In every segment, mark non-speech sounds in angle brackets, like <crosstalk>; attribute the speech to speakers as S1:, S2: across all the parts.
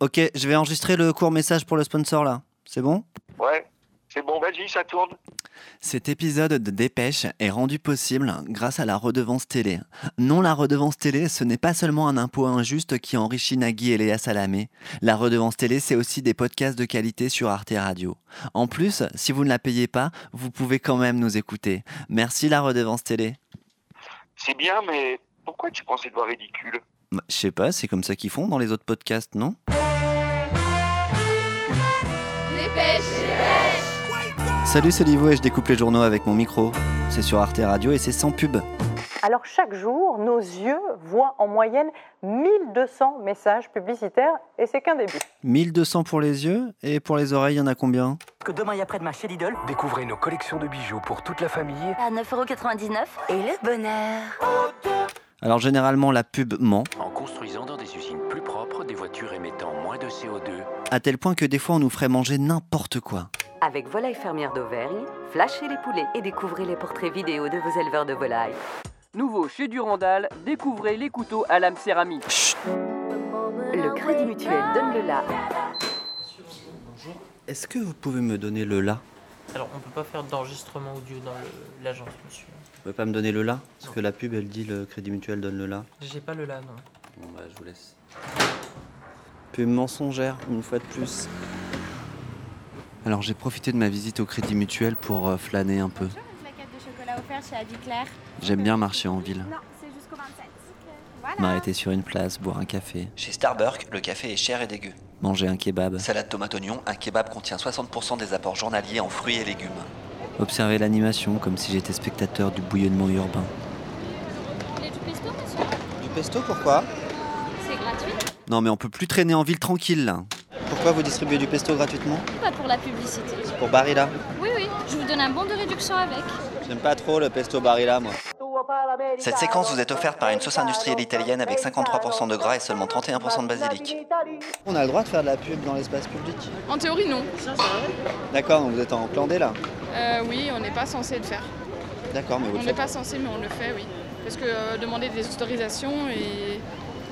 S1: ok, je vais enregistrer le court message pour le sponsor là. C'est bon
S2: Ouais. C'est bon, vas-y, ça tourne.
S1: Cet épisode de Dépêche est rendu possible grâce à la redevance télé. Non, la redevance télé, ce n'est pas seulement un impôt injuste qui enrichit Nagui et Léa Salamé. La redevance télé, c'est aussi des podcasts de qualité sur Arte Radio. En plus, si vous ne la payez pas, vous pouvez quand même nous écouter. Merci la redevance télé.
S2: C'est bien, mais pourquoi tu penses Edouard ridicule
S1: Bah, Je sais pas, c'est comme ça qu'ils font dans les autres podcasts, non Salut, c'est Livo et je découpe les journaux avec mon micro. C'est sur Arte Radio et c'est sans pub.
S3: Alors chaque jour, nos yeux voient en moyenne 1200 messages publicitaires et c'est qu'un début.
S1: 1200 pour les yeux et pour les oreilles, il y en a combien
S4: que demain et après-demain chez Lidl.
S5: Découvrez nos collections de bijoux pour toute la famille.
S6: à 9,99€ et le bonheur.
S1: Alors généralement, la pub ment,
S5: En construisant dans des usines plus propres, des voitures émettant moins de CO2.
S1: à tel point que des fois, on nous ferait manger n'importe quoi.
S7: Avec Volaille Fermière d'Auvergne, flashez les poulets et découvrez les portraits vidéo de vos éleveurs de volailles.
S4: Nouveau chez Durandal, découvrez les couteaux à lame céramique.
S7: Le
S6: Ah
S7: Crédit Mutuel donne le là.
S1: Est-ce que vous pouvez me donner le là
S8: Alors, on peut pas faire d'enregistrement audio dans le- l'agence, monsieur.
S1: Vous pouvez pas me donner le là Parce que la pub, elle dit le Crédit Mutuel donne le là.
S8: J'ai pas le hein. là, non.
S1: Bon bah, je vous laisse. Pub mensongère, une fois de plus. Alors j'ai profité de ma visite au Crédit Mutuel pour euh, flâner un peu.
S9: La carte de chocolat offerte chez Adi Claire.
S1: J'aime bien marcher en ville.
S9: Non, c'est jusqu'au 27. Voilà.
S1: M'arrêter sur une place, boire un café,
S10: Chez Starbucks, le café est cher et dégueu.
S1: manger un kebab,
S10: Salade tomate oignon, un kebab contient 60% des apports journaliers en fruits et légumes.
S1: observer l'animation comme si j'étais spectateur du bouillonnement urbain.
S9: Il y a du pesto, monsieur
S10: Du pesto, pourquoi
S9: C'est gratuit
S1: Non mais on peut plus traîner en ville tranquille là.
S10: Pourquoi vous distribuez du pesto gratuitement
S9: Pas pour la publicité.
S10: Pour Barilla.
S9: Oui, oui, je vous donne un bon de réduction avec.
S10: J'aime pas trop le pesto Barilla, moi. Cette séquence vous est offerte par une sauce industrielle italienne avec 53% de gras et seulement 31% de basilic. On a le droit de faire de la pub dans l'espace public.
S11: En théorie, non.
S10: D'accord, donc vous êtes en clandé là.
S11: Euh, oui, on n'est pas censé le faire.
S10: D'accord, mais vous
S11: On n'est pas censé, mais on le fait, oui. Parce que euh, demander des autorisations, et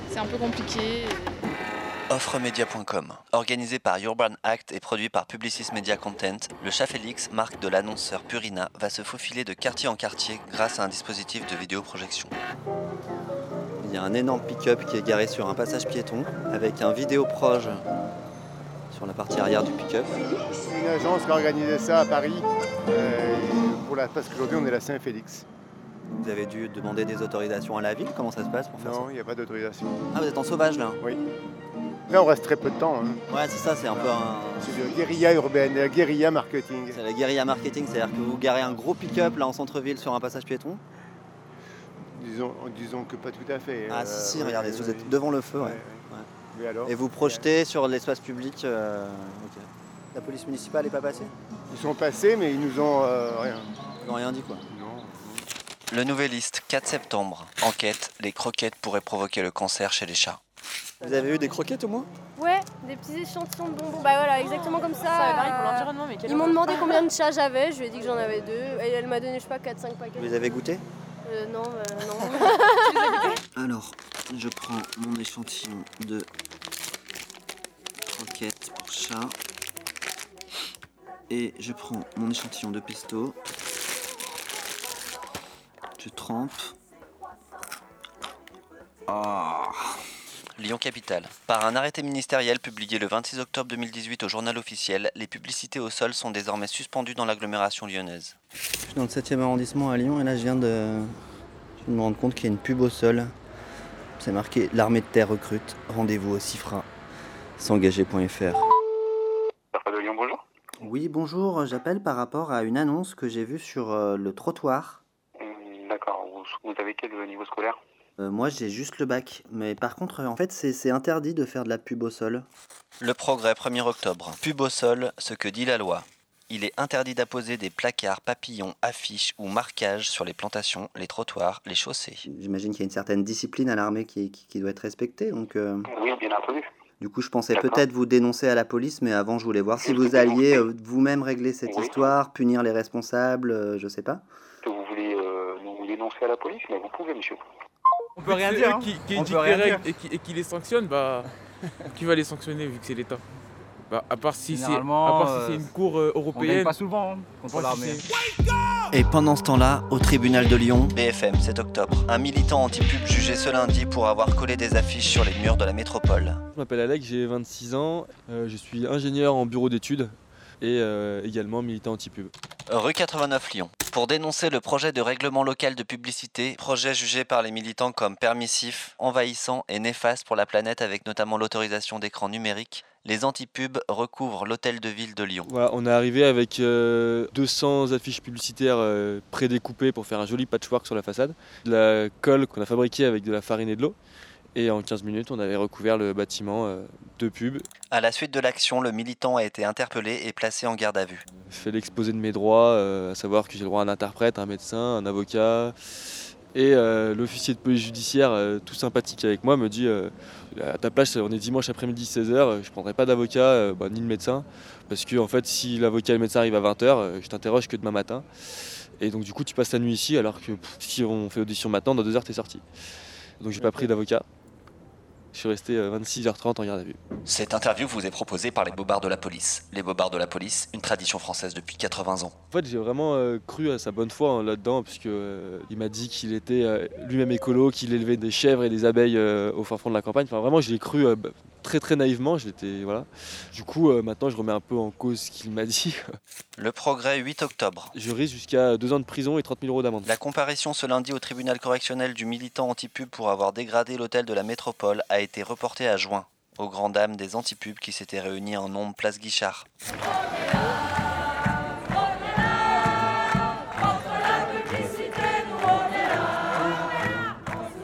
S11: c'est un peu compliqué.
S10: Offremedia.com, organisé par Urban Act et produit par Publicis Media Content, le chat Félix, marque de l'annonceur Purina, va se faufiler de quartier en quartier grâce à un dispositif de vidéoprojection.
S1: Il y a un énorme pick-up qui est garé sur un passage piéton avec un vidéo proche sur la partie arrière du pick-up.
S2: Une agence va organiser ça à Paris. Euh, pour la... Parce qu'aujourd'hui, on est la Saint-Félix.
S1: Vous avez dû demander des autorisations à la ville, comment ça se passe pour faire
S2: il n'y a pas d'autorisation.
S1: ça Ah vous êtes en sauvage là
S2: Là, on reste très peu de temps. hein.
S1: Ouais c'est ça, c'est un peu un...
S2: C'est de la guérilla urbaine, de la guérilla marketing.
S1: C'est la guérilla marketing, c'est-à-dire que vous garez un gros pick-up là en centre-ville sur un passage piéton.
S2: Disons, disons que pas tout à fait.
S1: Ah
S2: Euh,
S1: si si,
S2: oui,
S1: regardez,
S2: oui,
S1: vous
S2: oui.
S1: êtes devant le feu. ouais.
S2: Ouais, ouais. Mais alors
S1: Et vous projetez sur l'espace public. euh, ok. La police municipale n'est pas passée
S2: Ils sont passés, mais ils nous ont euh, rien.
S1: Ils n'ont rien dit quoi.
S2: Non.
S10: Le Nouvelliste, 4 septembre. Enquête, les croquettes pourraient provoquer le cancer chez les chats.
S1: Vous avez eu des croquettes au moins
S9: Ouais, des petits échantillons de bonbons. Bah voilà, exactement comme ça. euh,
S7: mais
S9: Ils m'ont demandé combien de chats j'avais, je lui ai dit que j'en avais deux. Et elle m'a donné, je sais pas, 4-5 paquets.
S1: Vous les avez goûté
S9: Euh, non, euh, non.
S1: Alors, je prends mon échantillon de croquettes pour chat. Et je prends mon échantillon de pesto. Je trempe.
S10: Ah. Lyon Capitale. Par un arrêté ministériel publié le 26 octobre 2018 au journal officiel, les publicités au sol sont désormais suspendues dans l'agglomération lyonnaise.
S1: Je suis dans le 7e arrondissement à Lyon et là je viens de, je viens de me rendre compte qu'il y a une pub au sol. C'est marqué l'armée de terre recrute. Rendez-vous au CIFRA. S'engager.fr.
S2: de Lyon, bonjour.
S1: Oui, bonjour, j'appelle par rapport à une annonce que j'ai vue sur euh, le trottoir.
S2: Hmm, D'accord. Vous, avez quel niveau scolaire
S1: Euh, moi, j'ai juste le bac. Mais par contre, euh, en fait, c'est c'est interdit de faire de la pub au sol.
S10: Le progrès 1er octobre. Pub au sol, ce que dit la loi. Il est interdit d'apposer des placards, papillons, affiches ou marquages sur les plantations, les trottoirs, les chaussées.
S1: J'imagine qu'il y a une certaine discipline à l'armée qui, qui- qui doit être respectée. Donc, euh,
S2: Oui, bien entendu.
S1: du coup, je pensais
S2: D'accord.
S1: peut-être vous dénoncer à la police, mais avant, je voulais voir si vous
S2: Justement.
S1: alliez euh, vous-même régler cette
S2: Oui.
S1: histoire, punir les responsables, euh, je sais pas.
S2: Que vous voulez nous dénoncer à la Bah, police, mais vous pouvez, monsieur.
S12: hein.
S8: On peut rien dire. Qui, qui, qui les sanctionne, bah.
S13: Qui va les sanctionner vu que c'est l'État Bah, À part si c'est à
S12: Généralement,
S13: part si c'est
S12: euh,
S13: une cour euh, européenne.
S12: gagne pas souvent, hein, contre
S13: À part si
S12: l'armée.
S13: c'est-
S1: Et pendant ce temps-là, au tribunal de Lyon, BFM, 7 octobre, un militant anti-pub jugé ce lundi pour avoir collé des affiches sur les murs de la métropole.
S14: Je m'appelle Alec, j'ai 26 ans, euh, je suis ingénieur en bureau d'études et euh, également militant anti-pub.
S1: Rue 89 Lyon. Pour dénoncer le projet de règlement local de publicité, projet jugé par les militants comme permissif, envahissant et néfaste pour la planète avec notamment l'autorisation d'écrans numériques, les anti-pubs recouvrent l'hôtel de ville de Lyon.
S14: Voilà, on est arrivé avec euh, 200 affiches publicitaires euh, prédécoupées pour faire un joli patchwork sur la façade, de la colle qu'on a fabriquée avec de la farine et de l'eau. Et en 15 minutes, on avait recouvert le bâtiment euh, de pubs.
S1: À la suite de l'action, le militant a été interpellé et placé en garde à vue.
S14: Je fais l'exposé de mes droits, euh, à savoir que j'ai le droit à un interprète, un médecin, un avocat. Et euh, l'officier de police judiciaire, euh, tout sympathique avec moi, me dit euh, à ta place, on est dimanche après-midi 16h, je prendrai pas d'avocat euh, bah, ni de médecin, parce que en fait, si l'avocat et le médecin arrivent à 20h, je t'interroge que demain matin. Et donc, du coup, tu passes la nuit ici, alors que pff, si on fait audition maintenant, dans deux heures, t'es sorti. Donc, j'ai pas pris d'avocat. Je suis resté euh, 26h30 en garde à vue.
S1: Cette interview vous est proposée par les bobards de la police. Les bobards de la police, une tradition française depuis 80 ans.
S14: En fait, j'ai vraiment euh, cru à sa bonne foi hein, là-dedans, puisque euh, il m'a dit qu'il était euh, lui-même écolo, qu'il élevait des chèvres et des abeilles euh, au fin fond de la campagne. Enfin, vraiment, je l'ai cru euh, bah, très très naïvement. Je l'étais, voilà. Du coup, euh, maintenant, je remets un peu en cause ce qu'il m'a dit. <laughs>
S1: Le progrès 8 octobre.
S14: je risque jusqu'à deux ans de prison et 30 000 euros d'amende.
S1: La comparution ce lundi au tribunal correctionnel du militant anti-pub pour avoir dégradé l'hôtel de la métropole a été reportée à juin, aux grandes dames des anti-pubs qui s'étaient réunies en nombre place Guichard.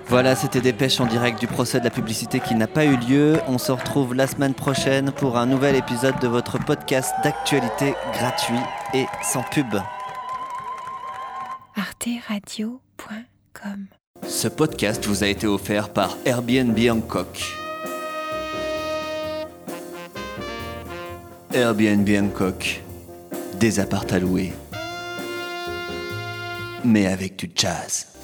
S1: Voilà, c'était Dépêche en direct du procès de la publicité qui n'a pas eu lieu. On se retrouve la semaine prochaine pour un nouvel épisode de votre podcast d'actualité gratuit et sans pub.
S15: arteradio.com
S1: Ce podcast vous a été offert par Airbnb Hancock. Airbnb Hancock, des apparts à louer, mais avec du jazz.